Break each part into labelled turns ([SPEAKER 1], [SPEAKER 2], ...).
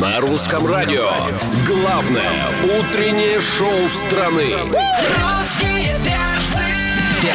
[SPEAKER 1] На русском радио главное утреннее шоу страны.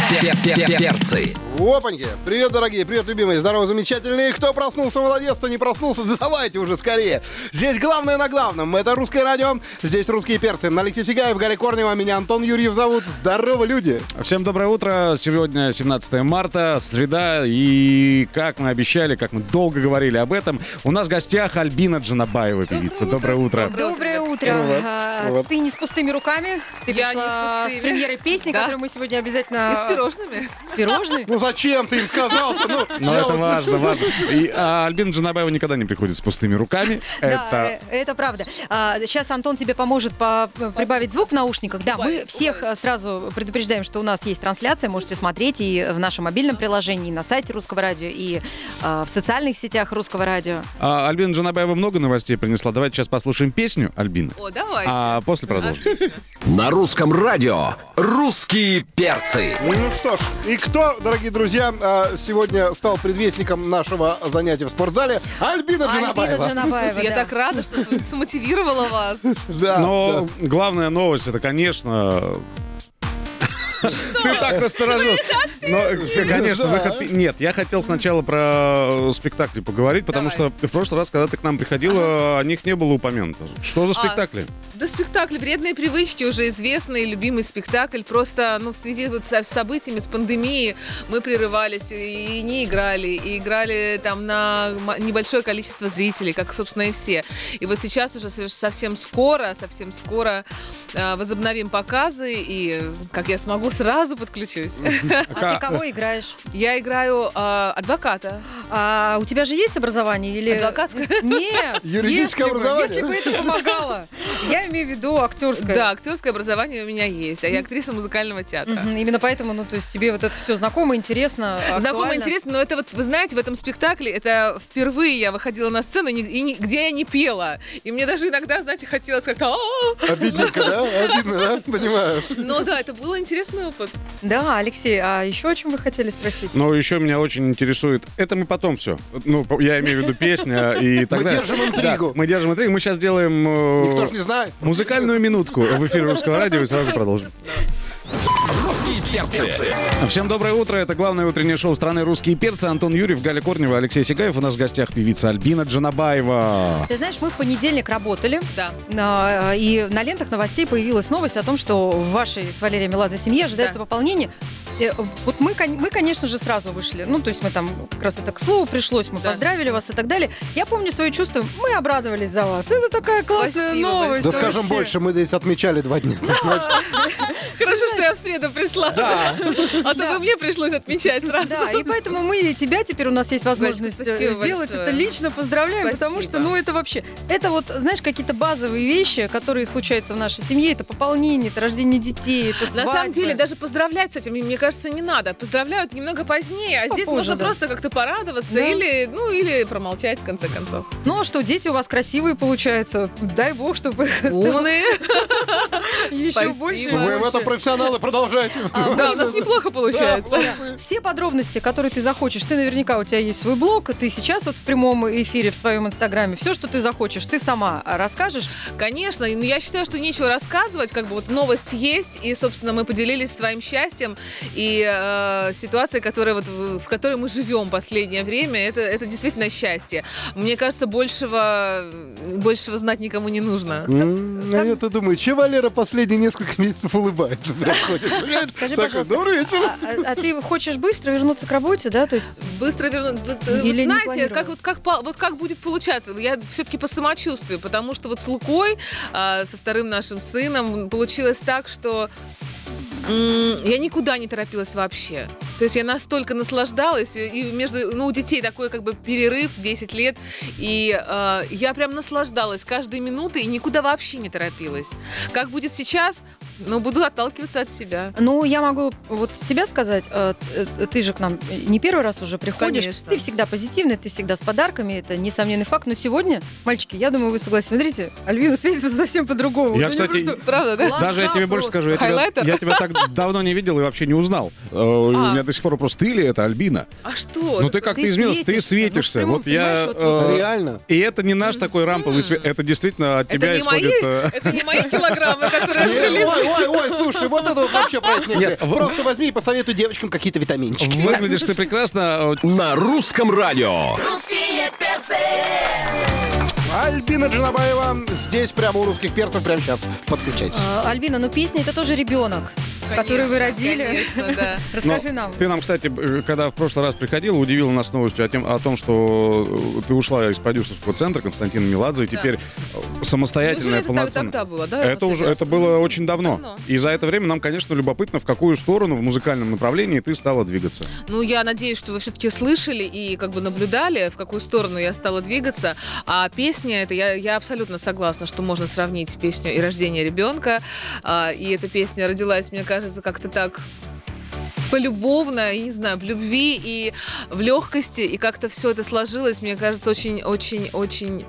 [SPEAKER 2] Русские перцы.
[SPEAKER 1] Перцы.
[SPEAKER 3] Опаньки! Привет, дорогие, привет, любимые, здорово, замечательные. Кто проснулся, молодец, кто не проснулся, да давайте уже скорее. Здесь главное на главном. Это русское радио, здесь русские перцы. На Алексей Сигаев, Галя Корнева, меня Антон Юрьев зовут. Здорово, люди!
[SPEAKER 4] Всем доброе утро. Сегодня 17 марта, среда. И как мы обещали, как мы долго говорили об этом, у нас в гостях Альбина Джанабаева, певица. Доброе утро.
[SPEAKER 5] Доброе утро.
[SPEAKER 3] Вот,
[SPEAKER 5] А,
[SPEAKER 3] вот.
[SPEAKER 5] Ты не с пустыми руками. Ты
[SPEAKER 2] Я
[SPEAKER 5] пришла
[SPEAKER 2] не с пустыми.
[SPEAKER 5] с премьерой песни,
[SPEAKER 2] Да.
[SPEAKER 5] которую мы сегодня обязательно...
[SPEAKER 2] И с пирожными.
[SPEAKER 5] С пирожной.
[SPEAKER 3] Ну зачем ты им сказал-то? Ну,
[SPEAKER 4] Но
[SPEAKER 3] я
[SPEAKER 4] это
[SPEAKER 3] вот-
[SPEAKER 4] важно, важно. И, а, Альбина Джанабаева никогда не приходит с пустыми руками.
[SPEAKER 5] Да,
[SPEAKER 4] Это
[SPEAKER 5] э, это правда. сейчас Антон тебе поможет по- э, прибавить звук в наушниках. Да, мы
[SPEAKER 2] Убавить,
[SPEAKER 5] всех
[SPEAKER 2] убавить.
[SPEAKER 5] э, сразу предупреждаем, что у нас есть трансляция. Можете смотреть и в нашем мобильном приложении, и на сайте Русского радио, и э, в социальных сетях Русского радио.
[SPEAKER 4] а, Альбина Джанабаева много новостей принесла. Давайте сейчас послушаем песню Альбина.
[SPEAKER 2] О, давайте.
[SPEAKER 4] А после продолжим.
[SPEAKER 1] На русском радио русские перцы.
[SPEAKER 3] Ну что ж, и кто, дорогие друзья, а, сегодня стал предвестником нашего занятия в спортзале? Альбина
[SPEAKER 5] А, Альбина
[SPEAKER 3] Джанабаева.
[SPEAKER 5] Джанабаева,
[SPEAKER 2] Слушайте, я
[SPEAKER 5] да.
[SPEAKER 2] так рада, что см- смотивировала вас.
[SPEAKER 3] Да,
[SPEAKER 4] Но главная новость это, конечно. Ты так насторожил. Но, э, конечно,
[SPEAKER 3] Да.
[SPEAKER 4] выход... пе- Нет, я хотел сначала про э, спектакли поговорить, потому
[SPEAKER 2] Давай.
[SPEAKER 4] что в прошлый раз, когда ты к нам приходила, о них не было упомянуто. Что за спектакли?
[SPEAKER 2] Да спектакль «Вредные привычки» уже известный, любимый спектакль. Просто ну, в связи вот со- с событиями, с пандемией мы прерывались и не играли. И играли там на м- небольшое количество зрителей, как, собственно, и все. И вот сейчас уже соверш- совсем скоро, совсем скоро э, возобновим показы. И как я смогу, сразу подключусь.
[SPEAKER 5] А ты кого играешь?
[SPEAKER 2] Я играю э, адвоката.
[SPEAKER 5] А у тебя же есть образование или...
[SPEAKER 2] Адвокатское?
[SPEAKER 5] Нет.
[SPEAKER 3] Юридическое
[SPEAKER 5] если бы-
[SPEAKER 3] образование?
[SPEAKER 5] Если бы это помогало. Я имею в виду актерское.
[SPEAKER 2] Да, актерское образование у меня есть, а я актриса музыкального театра.
[SPEAKER 5] Мгм, Именно поэтому, ну, то есть тебе вот это все знакомо, интересно,
[SPEAKER 2] Знакомо,
[SPEAKER 5] актуально.
[SPEAKER 2] интересно, но это вот, вы знаете, в этом спектакле, это впервые я выходила на сцену, ни- и ни- где я не пела. И мне даже иногда, знаете, хотелось как-то... «Ау».
[SPEAKER 3] Обидненько, да? Обидно, да? Понимаю.
[SPEAKER 2] Но да, это был интересный опыт.
[SPEAKER 5] Да, Алексей, а еще о чем вы хотели спросить?
[SPEAKER 4] Но еще меня очень интересует... Это мы потом все. Ну, по- я имею в виду песня и так
[SPEAKER 3] Мы
[SPEAKER 4] далее.
[SPEAKER 3] держим интригу.
[SPEAKER 4] Да, мы держим интригу. Мы сейчас делаем... э,
[SPEAKER 3] Никто же не знает.
[SPEAKER 4] Музыкальную минутку в эфире Русского радио и сразу продолжим.
[SPEAKER 1] Русские перцы.
[SPEAKER 4] Всем доброе утро. Это главное утреннее шоу страны «Русские перцы». Антон Юрьев, Галя Корнева, Алексей Сигаев. У нас в гостях певица Альбина Джанабаева.
[SPEAKER 5] Ты знаешь, мы в понедельник работали,
[SPEAKER 2] Да.
[SPEAKER 5] а, и на лентах новостей появилась новость о том, что в вашей с Валерией Меладзе семье ожидается
[SPEAKER 2] Да.
[SPEAKER 5] пополнение. Э, Вот мы, кон- мы, конечно же, сразу вышли. Ну, то есть мы там как раз это к слову пришлось, мы
[SPEAKER 2] Да.
[SPEAKER 5] поздравили вас и так далее. Я помню свое чувство, мы обрадовались за вас. Это такая классная
[SPEAKER 2] Спасибо
[SPEAKER 5] новость.
[SPEAKER 3] Да скажем
[SPEAKER 5] вообще.
[SPEAKER 3] больше, мы здесь отмечали два дня.
[SPEAKER 2] Хорошо, что я в среду пришла. А то бы мне пришлось отмечать сразу.
[SPEAKER 5] Да, и поэтому мы и тебя теперь у нас есть возможность э,
[SPEAKER 2] спасибо
[SPEAKER 5] сделать
[SPEAKER 2] большое.
[SPEAKER 5] это лично. Поздравляем, потому
[SPEAKER 2] Спасибо.
[SPEAKER 5] что, ну, это вообще... Это вот, знаешь, какие-то базовые вещи, которые случаются в нашей семье. Это пополнение, это рождение детей, это
[SPEAKER 2] На самом
[SPEAKER 5] свадьбы.
[SPEAKER 2] деле, даже поздравлять с этим, мне кажется, не надо. Поздравляют немного позднее, а здесь
[SPEAKER 5] Попозже,
[SPEAKER 2] можно
[SPEAKER 5] да.
[SPEAKER 2] просто как-то порадоваться
[SPEAKER 5] Да.
[SPEAKER 2] или, ну, или промолчать в конце концов.
[SPEAKER 5] Ну, а что, дети у вас красивые получаются. Дай бог, чтобы их стало
[SPEAKER 2] Умные.
[SPEAKER 5] еще
[SPEAKER 2] спасибо.
[SPEAKER 5] больше. и
[SPEAKER 2] Вы
[SPEAKER 3] Вы в
[SPEAKER 5] больше.
[SPEAKER 3] этом профессионалы, продолжайте.
[SPEAKER 2] Да, у нас неплохо получается.
[SPEAKER 5] Все подробности, которые ты захочешь, ты наверняка у тебя есть свой блог, ты сейчас вот в прямом эфире в своем инстаграме, все, что ты захочешь, ты сама а, расскажешь.
[SPEAKER 2] Конечно, но я считаю, что нечего рассказывать, как бы вот новость есть, и, собственно, мы поделились своим счастьем и э, ситуацией, которая вот в, в которой мы живем последнее время, это, это действительно счастье. Мне кажется, большего, большего знать никому не нужно.
[SPEAKER 3] А я-то думаю, че Валера последние несколько месяцев улыбается?
[SPEAKER 5] Скажи,
[SPEAKER 3] Скажи,
[SPEAKER 5] пожалуйста,
[SPEAKER 3] Добрый вечер.
[SPEAKER 5] А, а- а ты хочешь быстро вернуться к работе, да? То есть
[SPEAKER 2] Быстро вернуть. Вот, э,
[SPEAKER 5] Или не
[SPEAKER 2] вот знаете,
[SPEAKER 5] планировала?
[SPEAKER 2] как, вот, как, по- вот как будет получаться? Я все-таки по самочувствию, потому что вот с Лукой, а, со вторым нашим сыном, получилось так, что м, я никуда не торопилась вообще. То есть я настолько наслаждалась, и- и между, ну, у детей такой как бы перерыв 10 лет, и э, я прям наслаждалась каждой минутой и никуда вообще не торопилась. Как будет сейчас, ну, буду отталкиваться от себя.
[SPEAKER 5] Ну, я могу вот тебя сказать, э, т- э, ты же к нам не первый раз уже приходишь.
[SPEAKER 2] Конечно.
[SPEAKER 5] Ты всегда позитивный, ты всегда с подарками, это несомненный факт. Но сегодня, мальчики, я думаю, вы согласны. Смотрите, Альвина светится совсем по-другому.
[SPEAKER 4] Я,
[SPEAKER 5] Вот у неё
[SPEAKER 4] кстати,
[SPEAKER 5] просто
[SPEAKER 2] Правда, да?
[SPEAKER 5] глаза
[SPEAKER 4] Даже я тебе больше
[SPEAKER 5] просто.
[SPEAKER 4] скажу. Я тебя,
[SPEAKER 2] Хайлайтер?
[SPEAKER 4] я тебя так давно не видел и вообще не узнал. Э, У меня до сих пор вопрос, ты ли это, Альбина?
[SPEAKER 2] А что?
[SPEAKER 4] Ну ты как-то
[SPEAKER 5] ты
[SPEAKER 4] изменилась, ты
[SPEAKER 5] светишься.
[SPEAKER 4] светишься.
[SPEAKER 5] Ну, в прямом,
[SPEAKER 4] Вот я...
[SPEAKER 5] понимаешь, вот
[SPEAKER 4] э,
[SPEAKER 3] Реально?
[SPEAKER 4] И это не наш такой рамповый свет, это действительно от тебя
[SPEAKER 2] это не мои,
[SPEAKER 4] исходит... э,
[SPEAKER 2] это не мои килограммы, которые
[SPEAKER 3] Ой,
[SPEAKER 2] разделились.
[SPEAKER 3] ой, ой, слушай, вот это вот вообще проект не
[SPEAKER 4] Нет,
[SPEAKER 3] хрен.
[SPEAKER 4] в-
[SPEAKER 3] Просто возьми и посоветуй девочкам какие-то витаминчики.
[SPEAKER 4] Выглядишь ты прекрасно, э,
[SPEAKER 1] На русском радио.
[SPEAKER 3] Альбина Джанабаева здесь прямо у русских перцев прямо сейчас. Подключайтесь.
[SPEAKER 5] А, Альбина, ну песня это тоже ребенок, который вы
[SPEAKER 2] Конечно,
[SPEAKER 5] родили.
[SPEAKER 2] Конечно, да.
[SPEAKER 4] Но
[SPEAKER 3] Ну,
[SPEAKER 5] Расскажи нам.
[SPEAKER 4] Ты нам, кстати, б- э, когда в прошлый раз приходила, удивила нас новостью о, тем- о том, что э, ты ушла из продюсерского центра Константина Меладзе и теперь э,
[SPEAKER 2] Неужели
[SPEAKER 4] самостоятельная
[SPEAKER 2] это
[SPEAKER 4] полноценная.
[SPEAKER 2] тогда было, а, да,
[SPEAKER 4] Это уже это
[SPEAKER 2] самостоятельная?
[SPEAKER 4] было очень давно.
[SPEAKER 2] Давно.
[SPEAKER 4] И за это время нам, конечно, любопытно, в какую сторону в музыкальном направлении ты стала двигаться.
[SPEAKER 2] Ну, я надеюсь, что вы все-таки слышали и как бы наблюдали, в какую сторону я стала двигаться. А песня, это я, я абсолютно согласна, что можно сравнить песню и рождение ребенка. А, и эта песня родилась, мне кажется, как-то так полюбовно, я не знаю, в любви и в легкости. И как-то все это сложилось, мне кажется, очень-очень-очень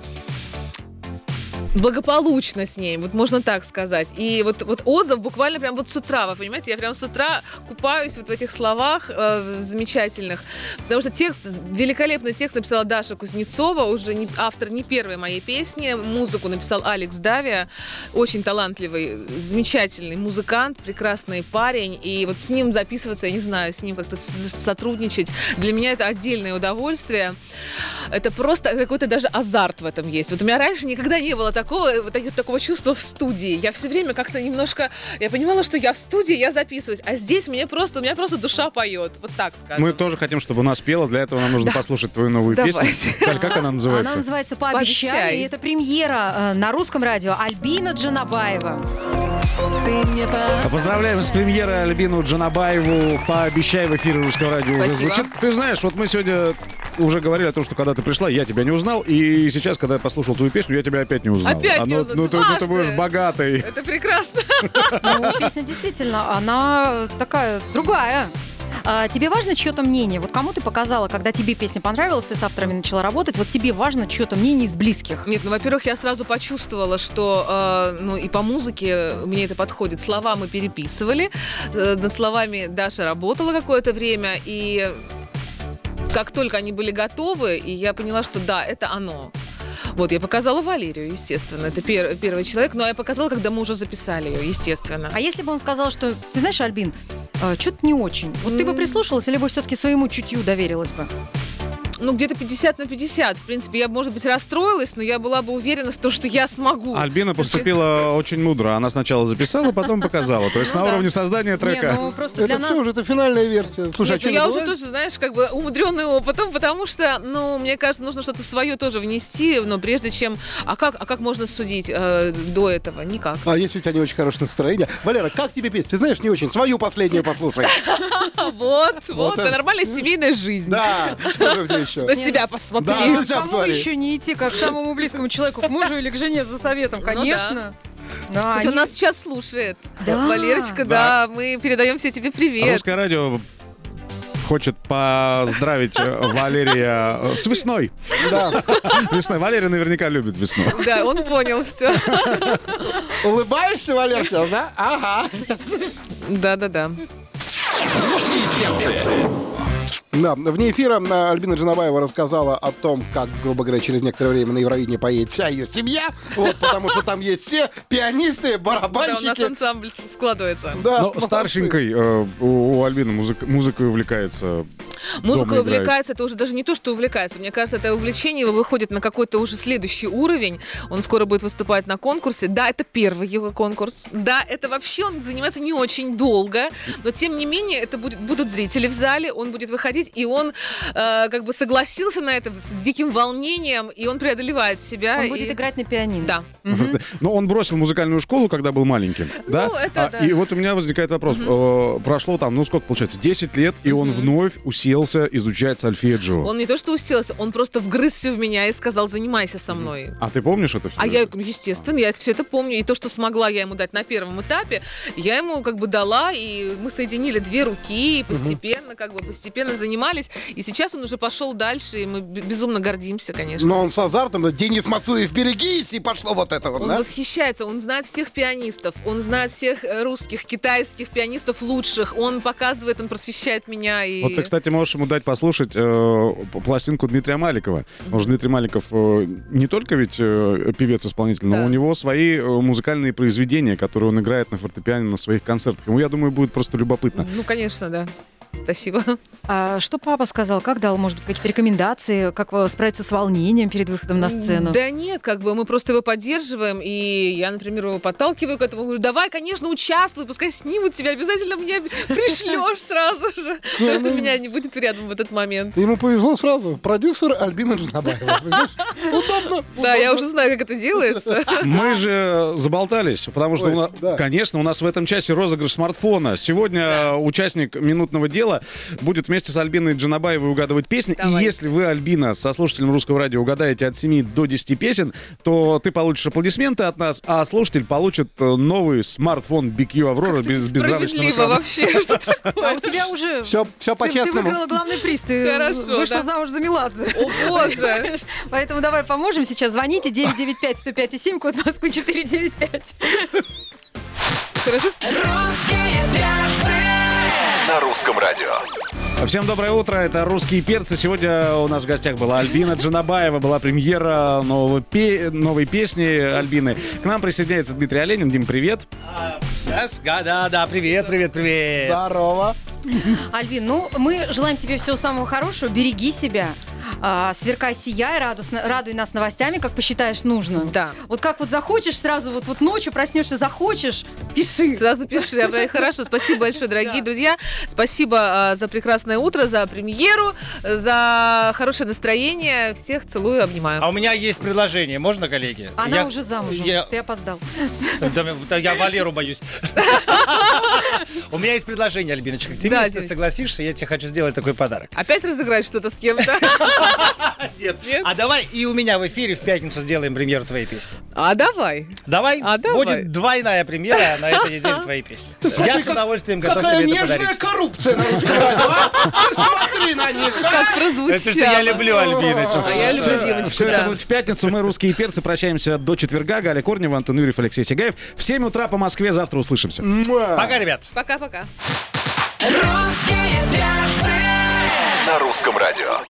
[SPEAKER 2] благополучно с ней, вот можно так сказать. И вот, вот отзыв буквально прям вот с утра, вы понимаете, я прям с утра купаюсь вот в этих словах э, замечательных, потому что текст, великолепный текст написала Даша Кузнецова, уже не, автор не первой моей песни, музыку написал Алекс Давия, очень талантливый, замечательный музыкант, прекрасный парень, и вот с ним записываться, я не знаю, с ним как-то с- сотрудничать, для меня это отдельное удовольствие. Это просто какой-то даже азарт в этом есть. Вот у меня раньше никогда не было такого, вот так- такого чувства в студии. Я все время как-то немножко, я понимала, что я в студии, я записываюсь, а здесь мне просто, у меня просто душа поет. Вот так скажем.
[SPEAKER 4] Мы тоже хотим, чтобы у нас пела. Для этого нам нужно послушать твою новую
[SPEAKER 2] Давайте.
[SPEAKER 4] песню. Коль, Как она называется?
[SPEAKER 5] Она называется «Пообещай»,
[SPEAKER 2] Пообещай.
[SPEAKER 5] и это премьера э, на русском радио Альбина Джанабаева.
[SPEAKER 4] А Поздравляем с премьерой Альбину Джанабаеву. Пообещай в эфире Русского радио уже
[SPEAKER 2] Спасибо.
[SPEAKER 4] звучит. Ты знаешь, вот мы сегодня уже говорили о том, что когда ты пришла, я тебя не узнал. И сейчас, когда я послушал твою песню, я тебя опять не узнал.
[SPEAKER 2] Опять не
[SPEAKER 4] ну,
[SPEAKER 2] узнал.
[SPEAKER 4] ну, ты, ну,
[SPEAKER 2] Маш,
[SPEAKER 4] ты будешь
[SPEAKER 2] ты.
[SPEAKER 4] богатой.
[SPEAKER 2] Это прекрасно.
[SPEAKER 5] Ну, песня действительно, она такая другая. А, тебе важно чье-то мнение? Вот кому ты показала, когда тебе песня понравилась, ты с авторами начала работать, вот тебе важно чье-то мнение из близких?
[SPEAKER 2] Нет, ну, во-первых, я сразу почувствовала, что, э, ну, и по музыке мне это подходит. Слова мы переписывали, э, над словами Даша работала какое-то время, и как только они были готовы, и я поняла, что да, это оно. Вот, я показала Валерию, естественно, это пер- первый человек, но я показала, когда мы уже записали ее, естественно.
[SPEAKER 5] А если бы он сказал, что, ты знаешь, Альбин, что-то не очень. Вот ты бы прислушалась или бы все-таки своему чутью доверилась бы?
[SPEAKER 2] Ну, где-то 50 на 50, в принципе, я, может быть, расстроилась, но я была бы уверена в том, что я смогу.
[SPEAKER 4] Альбина
[SPEAKER 2] То есть это-
[SPEAKER 4] поступила очень мудро. Она сначала записала, потом показала. То есть
[SPEAKER 2] Ну
[SPEAKER 4] на
[SPEAKER 2] да.
[SPEAKER 4] уровне создания трека.
[SPEAKER 5] Не, ну просто
[SPEAKER 3] Это
[SPEAKER 5] для нас...
[SPEAKER 3] все уже, это финальная версия. Слушай, а
[SPEAKER 2] А, Нет,
[SPEAKER 3] что
[SPEAKER 2] ну я уже тоже, знаешь, как бы умудренный опытом, потому что, ну, мне кажется, нужно что-то свое тоже внести, но прежде чем... А как, а как можно судить э, до этого? Никак.
[SPEAKER 3] А если у тебя не очень хорошее настроение? Валера, как тебе песня? Ты знаешь, не очень. Свою последнюю послушай.
[SPEAKER 2] А вот, вот,
[SPEAKER 3] это- Ну,
[SPEAKER 2] это нормальная семейная жизнь.
[SPEAKER 3] Да, что же мне еще?
[SPEAKER 2] На себя посмотри.
[SPEAKER 3] Да, ну, сейчас
[SPEAKER 5] Кому
[SPEAKER 3] посмотри.
[SPEAKER 5] еще не идти, как к самому близкому человеку, к мужу или к жене за советом,
[SPEAKER 2] да.
[SPEAKER 5] конечно. Ну Да,
[SPEAKER 2] Кстати, он
[SPEAKER 5] они-
[SPEAKER 2] нас сейчас слушает.
[SPEAKER 5] Да.
[SPEAKER 2] Валерочка, да. мы передаем все тебе привет.
[SPEAKER 4] А Русское радио хочет поздравить э, Валерия э, с весной.
[SPEAKER 3] Да.
[SPEAKER 4] Весной. Валерия наверняка любит весну.
[SPEAKER 2] Да, он понял все.
[SPEAKER 3] Улыбаешься, Валер, сейчас, да? Ага.
[SPEAKER 2] Да-да-да.
[SPEAKER 3] Да, вне эфира а, Альбина Джанабаева рассказала о том, как, грубо говоря, через некоторое время на Евровидение поедет вся ее семья, вот, потому что там есть все пианисты,
[SPEAKER 2] Да, у нас
[SPEAKER 3] барабанщики.
[SPEAKER 2] ансамбль с- складывается.
[SPEAKER 3] Да,
[SPEAKER 4] Но
[SPEAKER 3] молодцы.
[SPEAKER 4] старшенькой Ну, э, у, у Альбины музык- музыкой увлекается.
[SPEAKER 2] Музыка
[SPEAKER 4] дома играет.
[SPEAKER 2] увлекается, это уже даже не то, что увлекается. Мне кажется, это увлечение выходит на какой-то уже следующий уровень. Он скоро будет выступать на конкурсе. Да, это первый его конкурс. Да, это вообще он занимается не очень долго, но тем не менее это будет, будут зрители в зале, он будет выходить, и он э, как бы согласился на это с диким волнением, и он преодолевает себя.
[SPEAKER 5] Он
[SPEAKER 2] и-
[SPEAKER 5] будет играть на пианино.
[SPEAKER 2] Да.
[SPEAKER 4] Но он бросил музыкальную школу, когда был маленьким. да? А,
[SPEAKER 2] это да.
[SPEAKER 4] ну, И вот у меня возникает вопрос. Э, прошло там, ну сколько получается, 10 лет, и он вновь уселся изучать Сальфия Джо.
[SPEAKER 2] Он не то что уселся, он просто вгрызся в меня и сказал, занимайся со мной.
[SPEAKER 4] А ты помнишь это все?
[SPEAKER 2] А я, ну, естественно, я все это помню. И то, что смогла я ему дать на первом этапе, я ему как бы дала, и мы соединили две руки, и постепенно, как бы постепенно занимались. И сейчас он уже пошел дальше, и мы б- безумно гордимся,
[SPEAKER 4] Ну,
[SPEAKER 2] конечно.
[SPEAKER 3] Но он с азартом, да, Денис Мацуев, берегись, и пошло вот это вот,
[SPEAKER 2] Он
[SPEAKER 3] да?
[SPEAKER 2] восхищается, он знает всех пианистов, он знает всех э, русских, китайских пианистов лучших. Он показывает, он просвещает меня. И...
[SPEAKER 4] Вот ты, кстати, можешь ему дать послушать э, п- пластинку Дмитрия Маликова. Потому что Дмитрий Маликов э, не только ведь э, певец-исполнитель, но
[SPEAKER 2] Да.
[SPEAKER 4] у него свои э, музыкальные произведения, которые он играет на фортепиано на своих концертах. Ему, я думаю, будет просто любопытно.
[SPEAKER 2] Ну, конечно, да. Спасибо.
[SPEAKER 5] А что папа сказал? Как дал, может быть, какие-то рекомендации? Как э, справиться с волнением перед выходом на сцену?
[SPEAKER 2] Да нет, как бы мы просто его поддерживаем, и я, например, его подталкиваю к этому, говорю, давай, конечно, участвуй, пускай снимут тебя, обязательно мне пришлешь сразу же, потому что меня не будет рядом в этот момент.
[SPEAKER 3] Ему повезло сразу. Продюсер Альбина Джанабаева. понимаешь? Удобно.
[SPEAKER 2] Да, я
[SPEAKER 3] удобно.
[SPEAKER 2] уже знаю, как это делается.
[SPEAKER 4] Мы же заболтались, потому что,
[SPEAKER 3] Ой,
[SPEAKER 4] у нас-
[SPEAKER 3] да.
[SPEAKER 4] конечно, у нас в этом часе розыгрыш смартфона. Сегодня э, участник «Минутного дела» будет вместе с Альбиной Джанабаевой угадывать песни.
[SPEAKER 2] Давай.
[SPEAKER 4] И если вы, Альбина, со слушателем Русского радио угадаете от 7 до 10 песен, то ты получишь аплодисменты от нас, а слушатель получит э, новый смартфон BQ Аврора без безрамочного
[SPEAKER 2] Справедливо
[SPEAKER 4] экрана.
[SPEAKER 2] вообще, что
[SPEAKER 5] А
[SPEAKER 2] такое.
[SPEAKER 5] у тебя уже...
[SPEAKER 3] Все, все
[SPEAKER 5] Ты, ты
[SPEAKER 3] по-честному.
[SPEAKER 5] выиграла главный приз, ты
[SPEAKER 2] Хорошо,
[SPEAKER 5] вышла
[SPEAKER 2] да.
[SPEAKER 5] замуж за Меладзе.
[SPEAKER 2] О боже!
[SPEAKER 5] Понимаешь? Поэтому давай поможем сейчас. Звоните 995-105-7, код Москвы 495.
[SPEAKER 2] Хорошо?
[SPEAKER 1] На русском радио.
[SPEAKER 4] Всем доброе утро, это «Русские перцы». Сегодня у нас в гостях была Альбина Джанабаева, была премьера нового пе- новой песни Альбины. К нам присоединяется Дмитрий Оленин. Дим, привет.
[SPEAKER 6] Yes, да, да, А, да, привет, привет, привет.
[SPEAKER 3] Здорово.
[SPEAKER 5] Альвин, ну мы желаем тебе всего самого хорошего. Береги себя, а, сверкай, сияй, радостно, радуй нас новостями, как посчитаешь нужно.
[SPEAKER 2] Да.
[SPEAKER 5] Вот как вот захочешь сразу, вот, вот ночью проснешься, захочешь, пиши.
[SPEAKER 2] Сразу пиши. А, правильно, Хорошо, спасибо большое, дорогие друзья. Спасибо э, за прекрасное утро, за премьеру, э, за хорошее настроение. Всех целую, обнимаю.
[SPEAKER 6] А у меня есть предложение, можно, коллеги?
[SPEAKER 5] Она
[SPEAKER 6] Я-
[SPEAKER 5] уже замужем,
[SPEAKER 6] Я,
[SPEAKER 5] ты опоздал.
[SPEAKER 6] да, да, я Валеру боюсь. У меня есть предложение, Альбиночка, к тебе,
[SPEAKER 2] Да,
[SPEAKER 6] если
[SPEAKER 2] Денис.
[SPEAKER 6] согласишься, я тебе хочу сделать такой подарок.
[SPEAKER 2] Опять разыграть что-то с кем-то?
[SPEAKER 6] Нет.
[SPEAKER 2] Нет?
[SPEAKER 6] А давай и у меня в эфире в пятницу сделаем премьеру твоей песни.
[SPEAKER 2] А давай.
[SPEAKER 6] Давай?
[SPEAKER 2] А, давай.
[SPEAKER 6] Будет двойная премьера на этой неделе твоей песни. Я с удовольствием готов
[SPEAKER 3] Какая
[SPEAKER 6] тебе это
[SPEAKER 3] нежная
[SPEAKER 6] подарить.
[SPEAKER 3] коррупция на русском радио. а? Ты Смотри на них. а?
[SPEAKER 2] Как
[SPEAKER 6] Это
[SPEAKER 2] прозвучало.
[SPEAKER 6] что я люблю Альбиночку.
[SPEAKER 2] А я люблю
[SPEAKER 4] Все
[SPEAKER 2] девочку,
[SPEAKER 4] это
[SPEAKER 2] да.
[SPEAKER 4] будет в пятницу. Мы, русские перцы, прощаемся до четверга. Галя Корнева, Антон Юрьев, Алексей Сигаев. В 7 утра по Москве. Завтра услышимся.
[SPEAKER 6] Пока, ребят.
[SPEAKER 2] Пока-пока.
[SPEAKER 1] На русском радио.